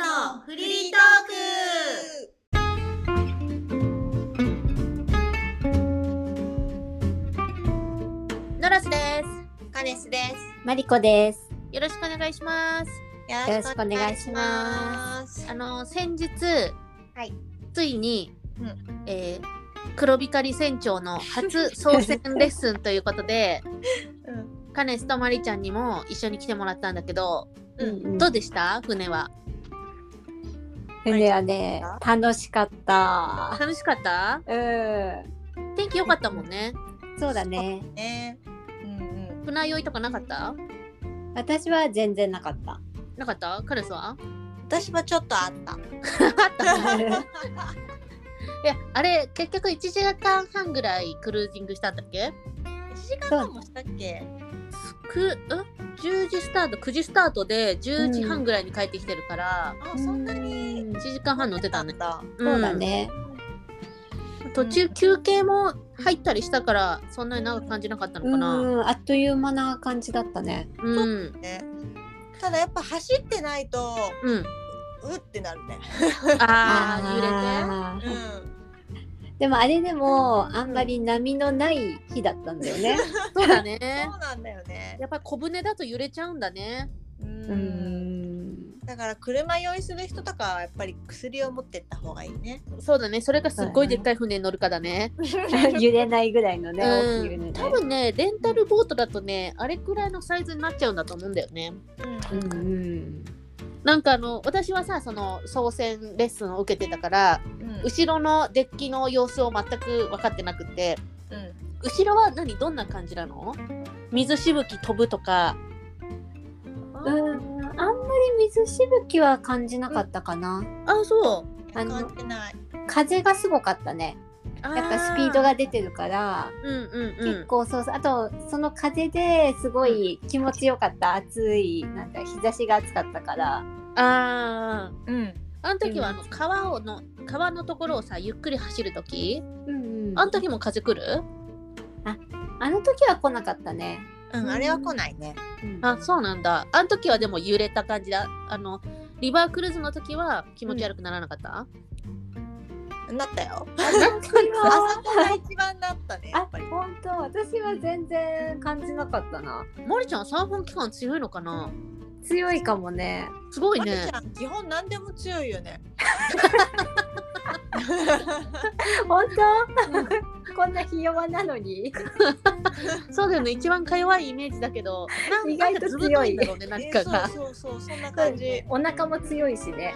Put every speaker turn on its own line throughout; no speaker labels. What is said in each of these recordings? のフリートーク
のろしです。
カネスです。
マリコです。
よろしくお願いします。
よ。
ろしくお願いします
あの先日、
はい
ついに、
うん
えー黒光り船長の初操船レッスンということ で、
う
カネスとマリちゃんにも一緒に来てもらったんだけど、
うん
うん
どうでした船は？
船はね、楽しかった。
楽しかった？
うん。
天気良かったもんね。
そうだね。
ん。ね。うん
船酔いとかなかった？
私は全然なか った。
なかった？カネスは？
うん。私はちょっとあった。
なかった。いやあれ結局1時間半ぐらいクルージングしたんだっけ？
一時間半もしたっけ？
くうん10時スタート9時スタートで10時半ぐらいに帰ってきてるから、
あ、そんなに。
うん
1時間半乗ってたね、
だ。
そうだね。
うん途中休憩も入ったりしたからそんなに長く感じなかったの
う
かな、
ん、あっという間な感じだったね。
うん、
ね。ただやっぱ走ってないと
うん
うってなるね。
ああ
あー
う
でもあれでも、あんまり波のない日だったんだよね。
揺れてそうだ
ん。
ね
そうなんだよね。
やっぱり小舟だと揺れちゃうんだね
う
う。ん。
だから車酔いする人とかはやっぱり薬を持ってった方がいい ね。
そうだねそれがすっごいでっかい船に乗るかだね
揺れないぐらいのね、大きい揺れ
う
ね
ん多分ねレンタルボートだとねあれくらいのサイズになっちゃうんだと思うんだよね
う
うん
うん。
なんかあの私はさその操船レッスンを受けてたから
んう
後ろのデッキの様子を全く分かってなくて
ん。
後ろは何どんな感じなの水しぶき飛ぶとか
うん、あんまり水しぶきは感じなかったかな。
あそう
あの
変わってない。
風がすごかったね。やっぱスピードが出てるから。
うんうんう
結
ん
構そうそうあとその風ですごい気持ちよかった暑いなんか日差しが暑かったから
あー
うん。
あの時はあの川をの川のところをさゆっくり走る時
うん、
あの時も風来る
あの時は来なかったね、
うん、あれは来ないね。
うん
あそうなんだあの時はでも揺れた感じだあのリバークルーズの時は気持ち悪くならなかった、
なったよ。
あの時
あ
は
そこが一番だったね。や
あ
っぱり。
本当私は全然感じなかったな
マリちゃんサーファン期間強いのかな
強いかもね
すごい
まり
ね
ちゃん、基本何でも強いよね。
本当こんなひ弱なのに
そうだよね一番か弱いイメージだけどなん
意外
な
と
んかずぶといんだろうね
え
何か が
そうそうそう、そんな感じ。
お腹も強いしね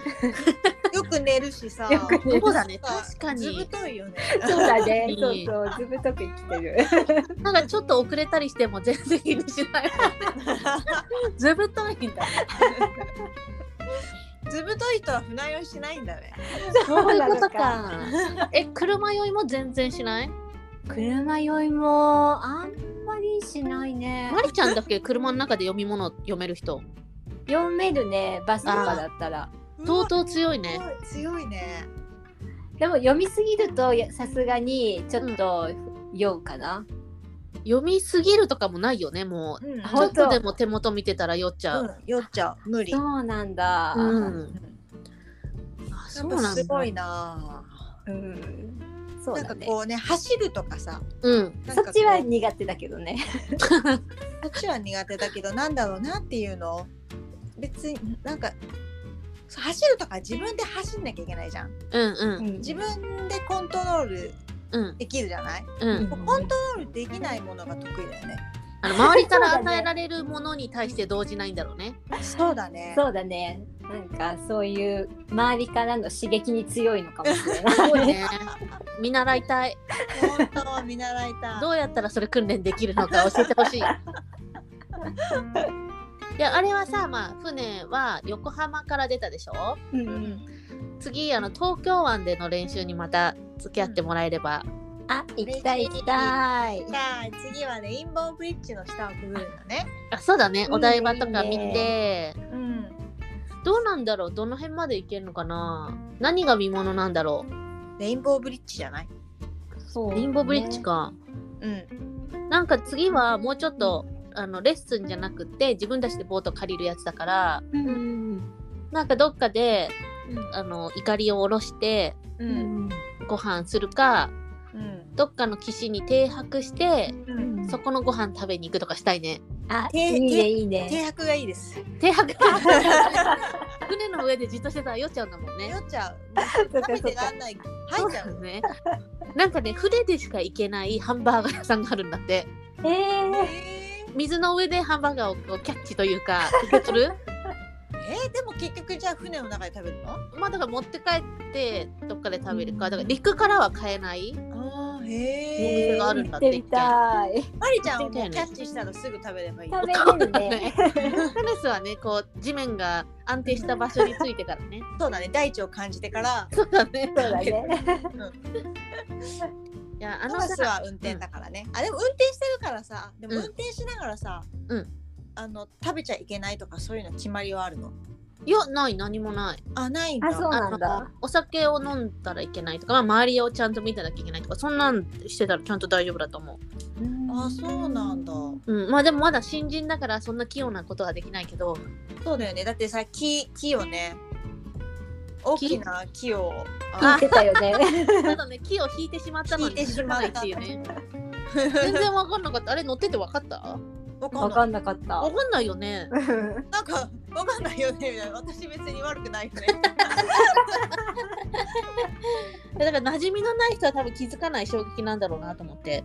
よく寝るしさ。
よく寝る
そうだね
なん
確かに
ずぶといよね。
そうだね
いい
そうそうずぶとく生きてる
なんかちょっと遅れたりしても全然気にしない。ずぶといんだ。
ずぶとい人は船酔いしないんだね。
そういうこと
そうな
か。 え、車酔いも全然しない。
車酔いもあんまりしないね
マリちゃんだけ車の中で読み物読める人。
読めるねバスとかだったら
とうとう強いね
う。わ。強い強いね。
でも読みすぎるとやさすがにちょっと酔うかな、
読みすぎるとかもないよね。も
うん
う。
あ
ちょ
本
っ
当
とでも手元見てたら酔っちゃ
う
う。
ん、酔っちゃう。無理。
そうなんだ、
うん。あ、
や
そ
っ
う
ぱ
なん
すご
だ。
いな。
うんそう
なん
だ
か
ね
こうね、走るとかさ。
うん。
なん
そ
か
っちは
こう
苦手だけどね
こっちは苦手だけどなんだろうなっていうのを別になんかそう走るとか自分で走んなきゃいけないじゃん
うんうん
自分でコントロール
うん
できるじゃない、
うん。
コントロールできないものが得意だよね
あの周りから
そうだね
与えられるものに対して動じないんだろうね。
そうだね
そうだねなんかそういう周りからの刺激に強いのかもしれ ない
そうね。見習いたい。
本当見習いたい
どうやったらそれ訓練できるのか教えてほ しい。いやあれはさ、まあ、船は横浜から出たでしょ
うん
うん
次あの東京湾での練習にまた付き合ってもらえれば、
あ行きたい行きたい
じゃあ次はレインボーブリッジの下をくぐるのね
あそうだねお台場とか
いい
見て
ねいい
うん
どうなんだろうどの辺まで行けるのかな何が見ものなんだろ
レインボーブリッジじゃない
そう
う
ね
リンボーブリッジか、
うん
なんか次はもうちょっとあのレッスンじゃなくて自分たちでボート借りるやつだから
うん
なんかどっかであの怒りを下ろして
う
うんん
ご飯するか
うん
どっかの岸に停泊して
うん
そこのご飯食べに行くとかしたいね
あ
手
いいねいいね
停泊がいいです。
停泊 船の上でじっとしてたら酔っちゃうんだもんね
酔っちゃう。食べてらんない。入っちゃう。
ねなんかね船でしか行けないハンバーガー屋さんがあるんだって
えー、
え
水の上でハンバーガーをこうキャッチというか受け取る
ー、でも結局じゃあ船の中で食べるの？
まあだから持って帰ってどっかで食べるかだから陸からは買えない
ああへ
お店
え。
があるんだって
行ってみたい
マリちゃんをもうキャッチしたらすぐ食べればいい。
食べれるね
テニスはねこう地面が安定した場所についてからね
そうだね。大地を感じてから。
そうだね
そうだね
いやあ
あ
の
の
さ
スは運転だからね。あでも運転してるからさ。でも
うん
運転しながらさ。
うん
あの食べちゃいけないとかそういうの決まりはあるの？
いやない何もない
あないんだ。
あそうなんだ
あのお酒を飲んだらいけないとか、まあ、周りをちゃんと見てなきゃいけないとかそんなんしてたらちゃんと大丈夫だと思
あそうなんだ。
う、うん、まあでもまだ新人だからそんな器用なことはできないけ ど
そうだよね。だってさ木木をね。大きな木を
聞
あ
いてたよね
ただね木を 引いてしまったのに
引いてしまった
気づかないっていうね全然わかんなかったあれ乗っててわかった
わか
わ
んな
か
い
んなかった
わかんないよね
なんかわかんないよねみたいな私別に悪くないよね
だから馴染みのない人は多分気づかない衝撃なんだろうなと思って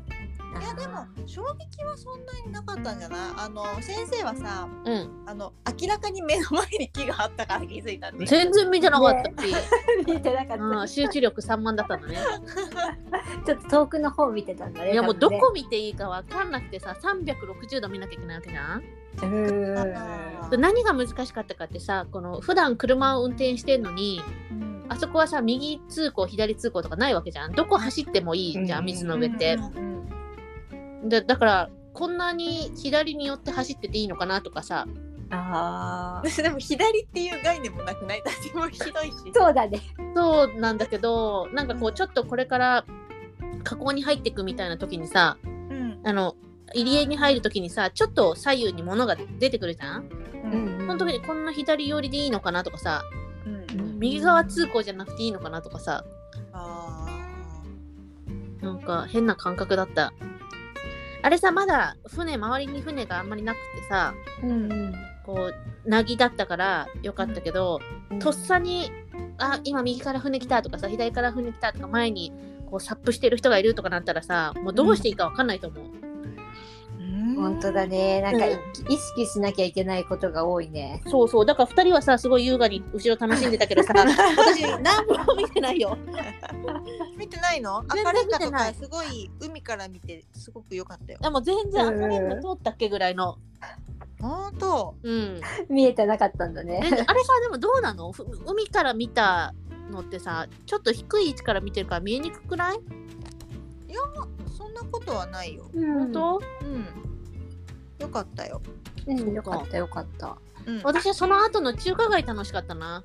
いやでも衝撃はそんなになかったんじゃないあの先生はさ
うん
あの明らかに目の前に木があったから気づいたんで
全然見てなかったし、
見てなか
うん、
った
集中力散漫だったの ね
ちょっと遠くの方見てたんだね
いやもうど
多分ね
こ見ていいかわかんなくてさ360度見なきゃいけないわけじゃん
うーん
う
何が難しかったかってさこの普段車を運転してんのに
ん
あそこはさ右通行左通行とかないわけじゃんどこ走ってもいいじゃ
うんん
水の上って
うんうん
でだからこんなに左に寄って走ってていいのかなとかさ
あ ー
私でも左っていう概念もなくないだってもうひどいし
そうだね
そうなんだけどなんかこうちょっとこれから河口に入ってくみたいな時にさ
うん
あの入り江に入る時にさちょっと左右に物が出てくるじゃん
うん
その時にこんな左寄りでいいのかなとかさ
うん
右側通行じゃなくていいのかなとかさ
あ
なんか変な感覚だった。あれさまだ船周りに船があんまりなくてさ
うん
こうなぎだったからよかったけど、
うん
とっさに「あ今右から船来た」とかさ左から船来たとか前にこうサップしてる人がいるとかなったらさもうどうしていいかわかんないと思う。
ー
本当だねなんか
うん
意識しなきゃいけないことが多いね
そうそうだから2人はさすごい優雅に後ろ楽しんでたけどさ私 何も見てないよ。
見てないの
全
明
然
るい
見
か
て
と
な
か
い
すごい海から見てすごく良かったよ
あもう全然赤レンガ通ったっけぐらいの。
本当
うん、
見えてなかったんだ
えあ
ね
れさでもどうなのふ海から見たのってさちょっと低い位置から見てるから見えにくくない
そんなことはないよ
本
本
当、
うん良かったよ
うんよかったよかった
うん
私はその後の中華街楽しかっ たな。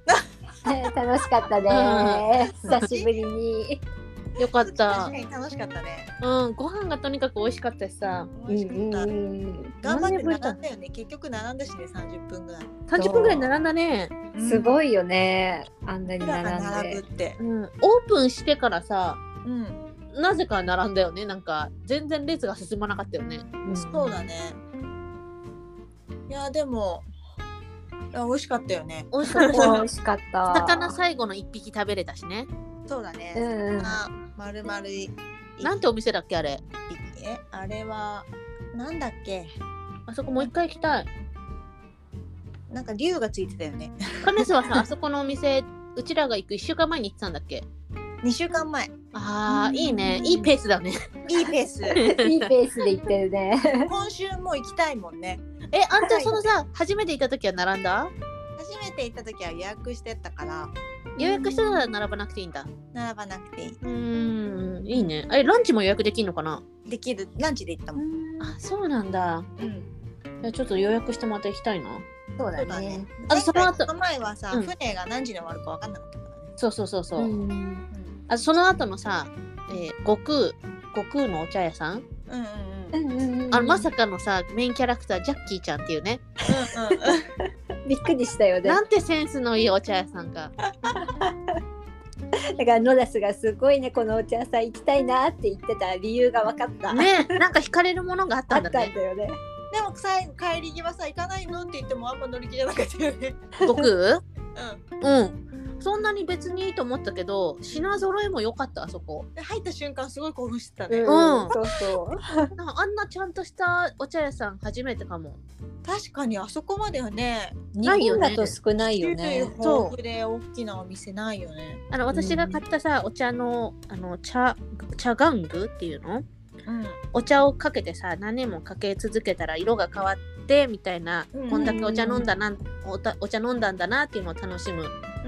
ね楽しかったね久しぶりに
よかっ
確
た
か。に楽しかったね
うん、ご飯がとにかく美味しかったしさ。
美味し
うん
か
う
っ
んう
た
ん
頑張って並ん
何
だよね結局並んだしね30分ぐらい
30分ぐらい並んだね。
す
い
ごいよねあんなに
僕らが
並ん
並
で
ぶって
うん、オープンしてからさ、
うん
なぜか並んだよね。なんか全然列が進まなかったよね。
そうだねいやでもいや美味しかったよね
美味 しかっ
うん美
た。
味しかった
魚最後の1匹食べれたしね。
そうだ
う
ね
んうん
あ丸々一匹
なんてお店だっけあれ。
えあれはなんだっけ
あそこもう一回行 きたい。
なんか竜がついてたよね
カネスはさ、あそこのお店、うちらが行く1週間前に行ってたんだっけ
2週間前
ああ、いいね。いいペースだね。
いいペース
いいペースで行ってる ね
今週も行きたいもんね
え、あんたそのさ、初めて行った時は並んだ
初めて行った時は予約してったから
予約してたら並ばなくていいんだ。
並ばなくていいう
ーん、いいね。あれ、ランチも予約できるのかな
できるランチで行ったもん、
あ、そうなんだ。
うん、
いやちょっと予約してまた行きたいな。
そ
そ
う
う
だ
だね
ね
あとその
前回
後
の前はさ、
うん
船が何時に終わるか分かんなかったからね
そうそうそうそう。
うん
うん
あその後のさ、えー悟空、悟空のお茶屋さん、
うんうん
うんうんうん
あのまさかのさ、メインキャラクター、ジャッキーちゃんっていうね、
うん
びっくりしたよね。
なんてセンスのいいお茶屋さんか。
だからノラスがすごいねこのお茶屋さん行きたいなって言ってた理由が分かった。
ねなんか惹かれるものがあっ
あ
た
っ
ん
た
だ
んだ
ね。
よね。
でもさ帰り際さ行かないのって言ってもあんま乗り気じゃなかったよね。
悟空
う
うん。そんなに別にいいと思ったけど品揃えも良かったあそこ
ん。で入った瞬間すごい興奮してたね。
うん
そうそう。
なんかあんなちゃんとしたお茶屋さん初めてかも
確かにあそこまではね。
日
ないよ
本
ね
だと少ないよ
種類
ね。
豊富で大きなお店ないよね。
あの私が買ったさ、お茶のあの茶茶玩具っていうの
うん。
お茶をかけてさ何年もかけ続けたら色が変わってみたいな、
うん
こんだけお茶飲んだなおたお茶飲んだんだなっていうのを楽しむ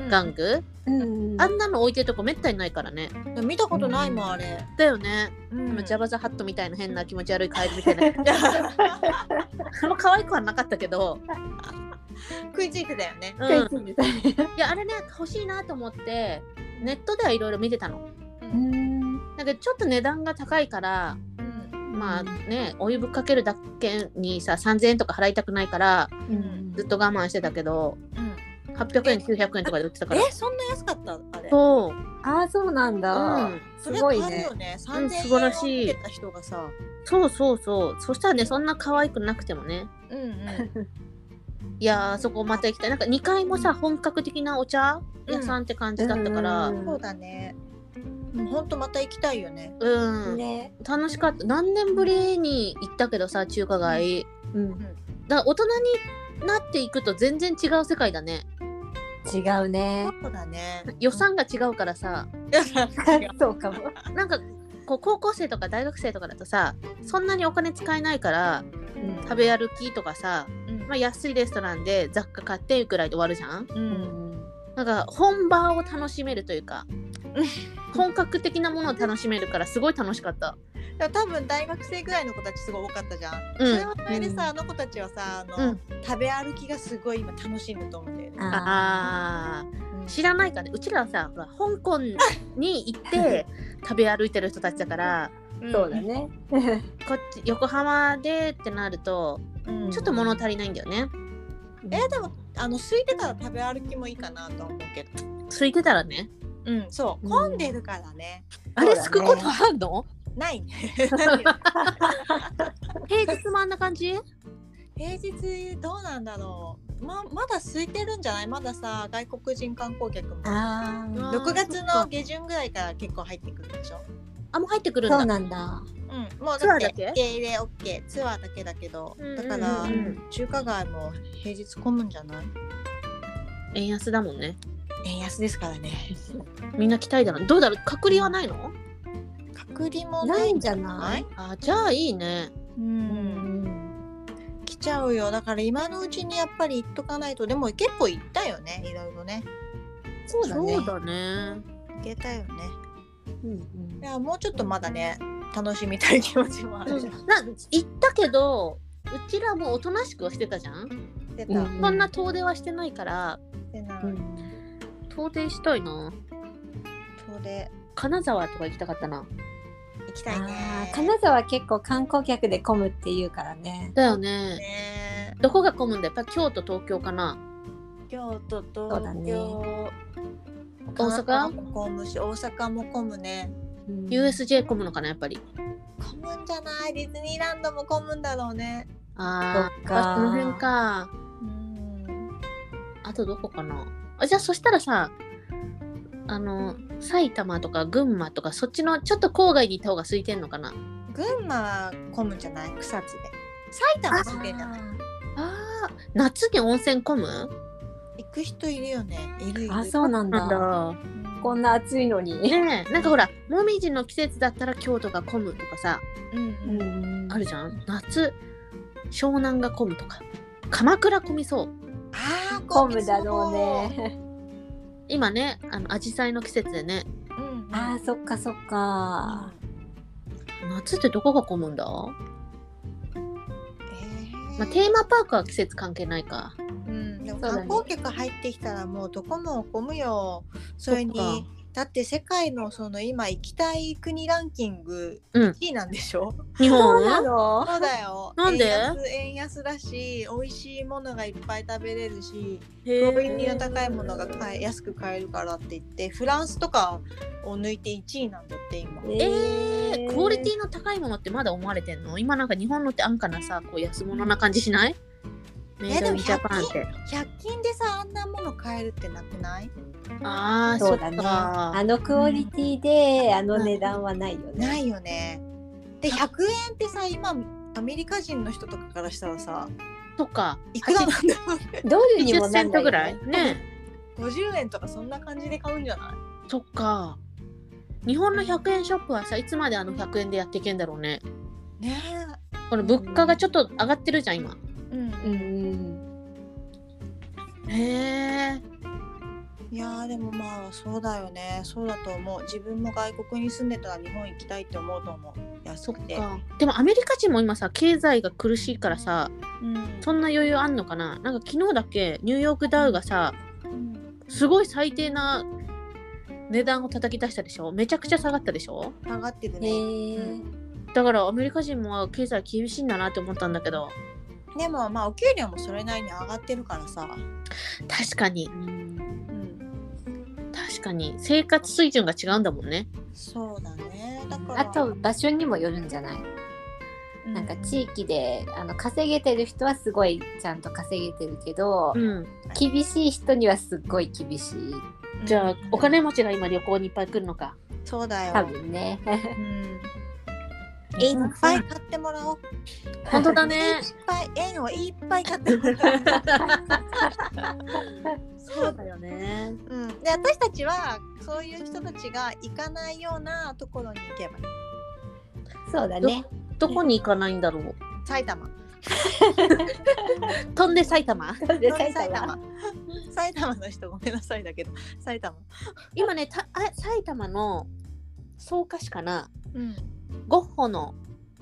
玩具、
うん
あんなの置いてるとこめったにないからね
うん見たことないもんあれ。
だよね、
う
でも
ん
ジャバザハットみたいな変な気持ち悪いカエルみたいな あんま可愛くはなかったけど、
食いついてたよね。
うん、いやあれね欲しいなと思ってネットではいろいろ見てたの
うん
だけどちょっと値段が高いからまあねお湯ぶっかけるだけにさ3000円とか払いたくないから
うん
ずっと我慢してたけど
うん
800円900円とかで売ってたから
えそんな安かったあれ。
そう、
ああそうなんだ。
うん
そ
す
れ
ごい
ある
ね
よ。ね。
う
三
ん
千
素
円
晴
を
らしい
受けた人がさ。
そうそうそうそしたらねそんな可愛くなくてもね
うんうん。
いやーそこまた行きたいなんか2階もさ本格的なお茶屋さんって感じだったから
うん
そうだね。もう本当また行きたいよね。
うん、
ね。
楽しかった何年ぶりに行ったけどさ中華街
うん
だから大人になっていくと全然違う世界だね
違うね。
そうだね。
予算が違うからさ
予算違う
そうかも。
なんかこう高校生とか大学生とかだとさそんなにお金使えないから
うん
食べ歩きとかさ、
うん
まあ、安いレストランで雑貨買っていくらいで終わるじゃん
う
うんん
なんか本場を楽しめるというか本格的なものを楽しめるからすごい楽しかった
でも多分大学生ぐらいの子たちすごい多かったじゃん。
うん
それはそれでさ、
うん
あの子たちはさあ
う
の、
ん
食べ歩きがすごい今楽しんでると思うんだよね。
あー
うん
知らないかねうちらはさほら香港に行 って食べ歩いてる人たちだから
そうだ。ね。
こっち横浜でってなると
うん
ちょっと物足りないんだよね
えーでもあの空いてたら食べ歩きもいいかなと思うけど。
空いてたらね
うんそう
うん
混んでるからね。
あ
そう
れ
だね
すくことあんの
ないね。
平日もあんな感じ
平日どうなんだろう。ままだ空いてるんじゃない？まださ外国人観光客も。
あ
ー
あ。
6月
そっ
の
か
下旬ぐらいから結構入ってくるでしょ。
あもう入ってくるん
そ
だ
うなんだ。
うん、もう
ツ
だ
アー
っ
だ
て
け
受け入れ OK ツアーだけだけど、
うん
だから、
うんうん
中華街も平日混むんじゃない
円安だもんね
円安ですからね
みんな期待だろうどうだろう隔離はないの
隔離も
な
ない
いん
んじ
じゃ
ゃな
ないい？
あじゃあいいね
う
うん
来ちゃうよだから今のうちにやっぱり行っとかないとでも結構行ったよねいろいろね
そうだね。
そうだね
行けたよね
うんう
い
ん
やもうちょっとまだね楽しみたい気持ちもあるじゃん、
な行ったけどうちらもおとなしくはしてたじゃん、
出た
うん
そんな遠出はしてないから
出ない、
うん
遠出したいな
遠出
金沢とか行きたかったな
行きたいね
あー金沢結構観光客で混むっていうからね。
だよね
ね
どこが混むんだやっぱ京都東京かな
京都と
そうだね
大阪
も混むし大阪も混むね
うん
USJ 混むのかなやっぱり
混むんじゃないディズニーランドも混むんだろうね
あ
そっ
ー
か
やっぱこの辺か
うん
あとどこかなあじゃあそしたらさあの埼玉とか群馬とかそっちのちょっと郊外に行った方が空いてんのかな
群馬は混むんじゃない草津で埼玉住んでんじゃない
あー夏に温泉混む
行く人いるよねいるいる
あ、そうなんだ。
だ
こんな暑いのに。
ねえなんかほらもみじの季節だったら京都が混むとかさ
うんうん
あるじゃん夏湘南が混むとか鎌倉混みそう
あー
混むだろうね。
今ねあの紫陽花の季節でね
混みそううん
あー、そっかそっか。
夏ってどこが混むんだ、
え
まあ、
ー
テーマパークは季節関係ないか
うんでも
そうだ
観
ね
光客入ってきたらもうどこも混むよそれ
そっ
にだって世界のその今行きたい国ランキング
うん
1位なんでしょ、
日
そうな
本
の
そうだよ
なんで
円安円安だし美味しいものがいっぱい食べれるし
へ
ク
ー
オリティの高いものが買え安く買えるからって言ってフランスとかを抜いて1位なんだって今
え
えー、クオリテ
ィ
ィの高いものってまだ思われてんの今なんか日本のって安価なさこう安物な感じしないメイドインジャパンって。
100均でさあんなもの買えるってなくない
ああ
そ
そうう
だ
だ
ねあ
な。
のクオリティであの値段はないよね。
ないよねで100円ってさ今アメリカ人の人とかからしたらさ
とか
いくらなんだろうね
ドルにも
80
な
セ
ん
ン
な
ト
い
ぐ
よ
ら
ね
い。ね
50円とかそんな感じで買うんじゃない
とか日本の100円ショップはさいつまであの100円でやっていけんだろうね。
ね
この物価がちょっと上がってるじゃん今。
え、うん
うんうん。
へえ。
いやーでもまあそうだよねそうだと思う自分も外国に住んでたら日本行きたいって思うと思う安
そっ
くて
か。でもアメリカ人も今さ経済が苦しいからさ
うん
そんな余裕あんのかななんか昨日だっけニューヨークダウがさ
うん
すごい最低な値段を叩き出したでしょめちゃくちゃ下がったでしょ
上がってる
え
ね、
ー、
だからアメリカ人も経済厳しいんだなって思ったんだけど
でもまあお給料もそれなりに上がってるからさ、
確かに
う、
うん
確かに生活水準が違うんだもんね
そうだねだから
あと場所にもよるんじゃない。
う
なんか地域であの稼げてる人はすごいちゃんと稼げてるけど、
うん
厳しい人にはすっごい厳しい。
じゃ
う
あ
ん
お金持ちが今旅行にいっぱい来るのか
そうだよ
多分ね。
うん
うん
いっぱい買ってもらおう
本当だね
いっぱい円をいっぱい買って もらおう、
そうだよね
うん、で私たちはそういう人たちが行かないようなところに行けばいい
そうだね。
どこに行かないんだろう
埼玉
飛んで埼玉
で埼
埼
玉。
玉埼玉の人ごめんなさいだけど埼玉
今ねたあ埼玉の草加市かな
うん
ゴッホの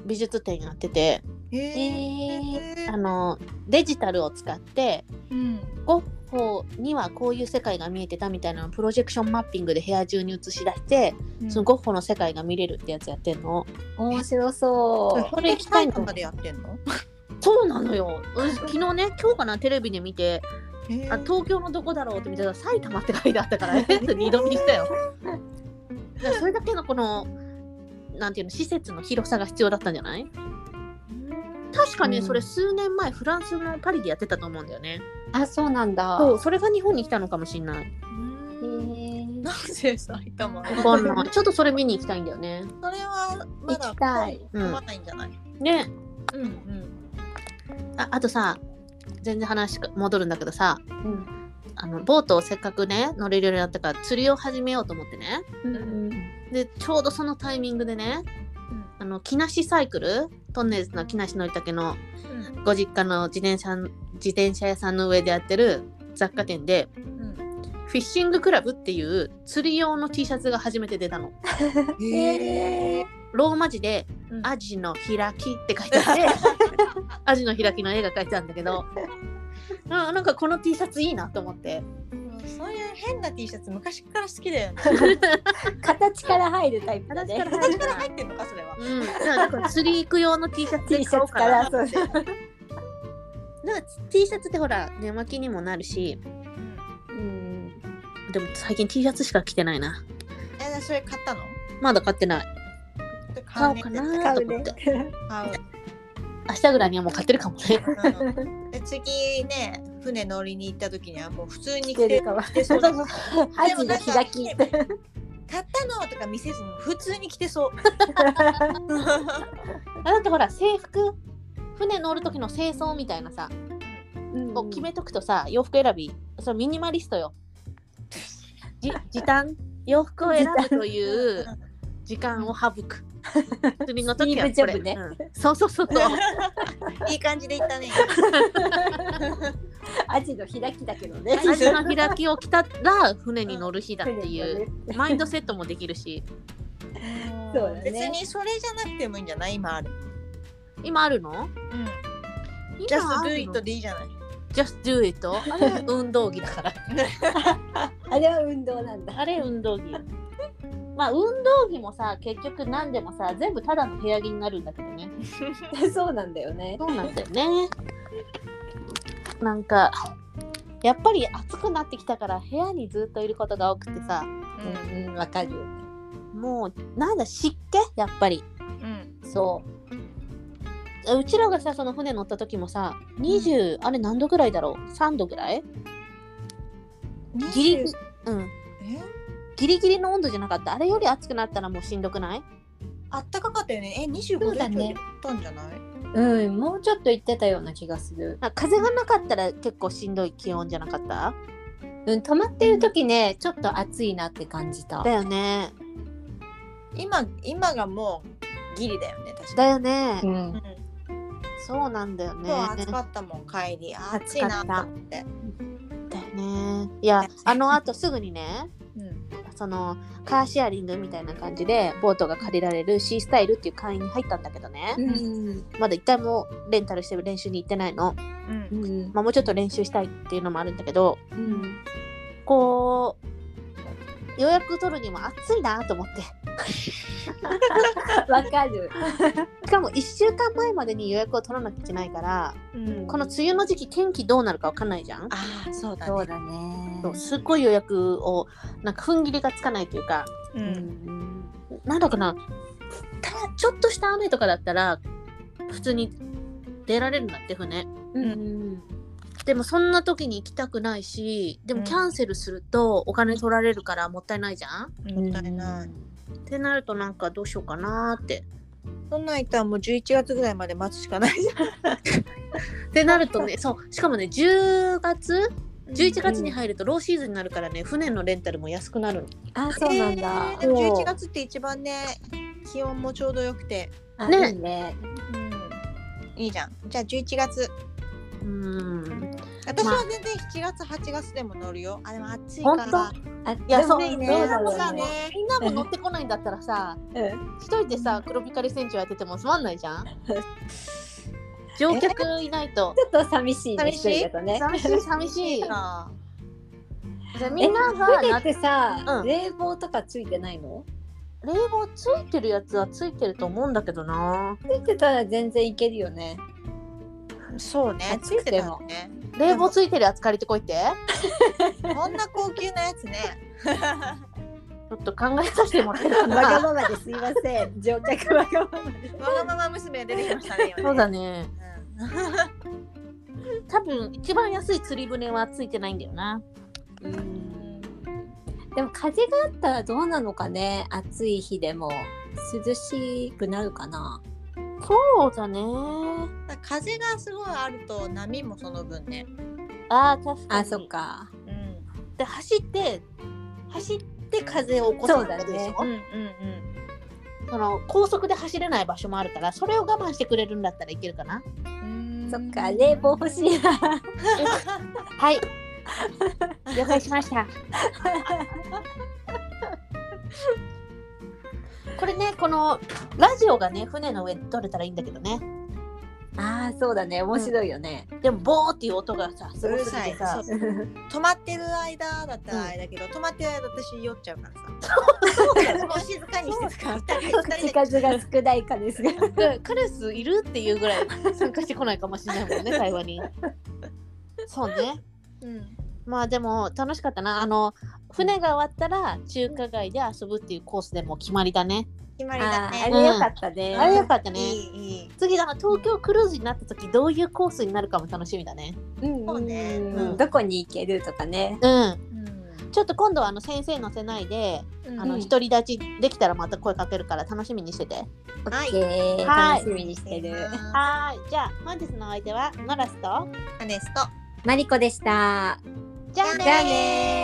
美術展やってて
へ
え
え
ー、
あのデジタルを使って
うん
ゴッホにはこういう世界が見えてたみたいなのをプロジェクションマッピングで部屋中に映し出して、そのゴッホの世界が見れるってやつやってんの
面白そ
これ行きたいのまでやってんの
そうなのようん昨日ね今日かなテレビで見て
へー
あ東京のどこだろうって見たら埼玉って書いてあった からえっと二度見したよだからそれだけのこのなんていうの施設の広さが必要だったんじゃない確かね、
うん
それ数年前フランスのパリでやってたと思うんだよね
う。あ、そうなんだ。
そうそれが日本に来たのかもしれない
うん
えー
なぜ埼玉
わかんないちょっとそれ見に行きたいんだよね
それはまだ
行きたい
来ないんじゃない
ね
うんうん
ああとさ全然話戻るんだけどさ
うん
あのボートをせっかくね乗れるようになったから釣りを始めようと思ってね
うん
でちょうどそのタイミングでねあの木梨サイクルトンネルズの木梨憲武の
うん
ご実家の自転車自転車屋さんの上でやってる雑貨店で
うん
フィッシングクラブっていう釣り用の T シャツが初めて出たの
へえ
ローマ字で
う
「
ん
アジの開き」って書いてあ ってアジの開きの絵が書いてあるんだけどあなんかこの T シャツいいなと思って
そういう変な T シャツ昔から好きだよね
形から入るタイプだ
形
ね
か。ら
形から入ってんのかそれは
うん、なんか釣り行く用の T シャツ
T シ
買お
ャ
う
ツ
か
か
な
ら。そうそう
なんか T シャツってほら寝巻きにもなるし
うん。
でも最近 T シャツしか着てないな
えそれ買ったの
まだ買ってない買おうかな
買
と
う
思っ
ね
て、。
買う
明日ぐらいにはもう買ってるかもね
うんで次ね船乗りに行った時にはもう普通に着
着て
て
る かも。
着てそうだもん
アジの開き。
買ったのとか見せずに普通に着てそう
あだってほら制服船乗る時の清掃みたいなさこう決めとくとさ洋服選びそれミニマリストよ じ時短洋服を選ぶという時間を省く釣りの時はこれ、
スティーブジョ
うんそうそうそうそう
いい感じで行ったね
アジの開きだけどね。
アジの開きを着たら船に乗る日だって いうマインドセットもできるし
そうだね
別にそれじゃなくてもいいんじゃない今ある
今あるの
うん
今
Just
ある
do
の
it でいいじゃない
Just do it あれ運動着だから
あれは運動なんだ。
あれ運動着まあ運動着もさ結局何でもさ全部ただの部屋着になるんだけどね
そうなんだよね。
そうなんだよねなんかやっぱり暑くなってきたから部屋にずっといることが多くてさ
うんうん、わかる。
もうなんだ湿気やっぱり
うん
そううちらがさその船乗った時もさ20、あれ何度ぐらいだろう3度ぐらい
うん
ギリ
20
うん
え
ギリギリの温度じゃなかったあれより暑くなったらもうしんどくない
あったかかったよねえ25度
そうだね
いったんじゃない
うん、もうちょっと言ってたような気がする。
あ風がなかったら結構しんどい気温じゃなかった
うん、止まってる時ね、ちょっと暑いなって感じた
だ。よね
今今がもうギリだよね確か
だよね、
うん
に、
そうなんだよ
うん、
ね
今日暑かったもん帰りあ暑いなと思って、
だよねいやあのあとすぐにね
うん、
そのカーシェアリングみたいな感じでボートが借りられるシースタイルっていう会員に入ったんだけどね、
うん、
まだ一回もレンタルして練習に行ってないの、
うん
うん、
まあ、もうちょっと練習したいっていうのもあるんだけど
うん。
こう予約取るにも暑いなと思って
わかる。
しかも1週間前までに予約を取らなきゃいけないから
うん
この梅雨の時期天気どうなるかわかんないじゃん
ああそうだね
そうだね。
そうすっごい予約をなんか踏ん切りがつかないというか
う
うんん。
なんだかなただちょっとした雨とかだったら普通に出られるんだって船
うん。
でもそんな時に行きたくないしでも
うん
キャンセルするとお金取られるからもったいないじゃん、
もったいない
ってなるとなんかどうしようかなーって
そんなん言ったらもう11月ぐらいまで待つしかないじ
ってなるとねそうしかもね10月
ゃん
11月に入るとローシーズンになるからね船のレンタルも安くなるの
あ、そうなんだ。
えーでも11月って一番ね気温もちょうどよくて、
あ
ね
いいね。
うん、いいじゃんじゃあ11月
うん
私は全然7月8月でも乗るよあでも暑いか
本
ら
当
あ、
いや
で
そ
も
う
いいね。
そう
だ
だ
よ
よ
ね
ね。みんなも乗ってこないんだったらさ
うん。
一人でさ黒光り船長やっててもつまんないじゃん 乗客いないと
ちょっと寂しいね。
寂しい
一人だとね。
寂しい寂しい
な
じゃあみんなが
え船
な
ってさ、
うん
冷房とかついてないの？
冷房ついてるやつはついてると思うんだけどな
ついてたら全然いけるよね。
そうねつ
暑
い
く
て
て
た
も
もんね
冷房ついてるやつ借りてこいって
こんな高級なやつね
ちょっと考えさせてもらえるか
わが
な
ままですいませ ん。乗客わがままです。
わがまま娘が出てきましたね今ね
そうだね
うん
多分一番安い釣り船はついてないんだよな
うんでも風があったらどうなのかね。暑い日でも涼しくなるかな。
そうだね
だから風がすごいあると波もその分ね、
あー確かに
あ、そっか。
うん、
で走って走って風を起こす
そうだね
でしょ
うんうんうん
その高速で走れない場所もあるからそれを我慢してくれるんだったらいけるかな
うーん
そっか。冷房欲しいな。
はい了解しましたこれねこのラジオがね船の上で撮れたらいいんだけどね
あー、そうだね。面白いよね。
でもボーっていう音がさすごすぎて
う
さ
るさい止まってる間だったらあれだけど、止まってる間私酔っちゃうからさ。もう静かにして使う。二人で二人で
口数が少ないかですが。
でカラスいるっていうぐらい参加してこないかもしれないもんね会話にそうね
うん
まあでも楽しかったなあの船が終わったら中華街で遊ぶっていうコースでもう決まりだね
決まりだ
あーあ
ね。
れよかったね。
あれよかった
い
ね
いいい。
次だから東京クルーズになった時どういうコースになるかも楽しみだね
うん
そうね
うんどこに行けるとかね。
うん
うん
ちょっと今度はあの先生乗せないで、
うん
あの
うん
独り立ちできたらまた声かけるから楽しみにしてて
オ
はい
ッケー、
はい
楽しみにしてる。
は
はーいじゃあ本日のお相手はノラスと
いアネスト。
マリコでした。
じゃあねー
じゃあねー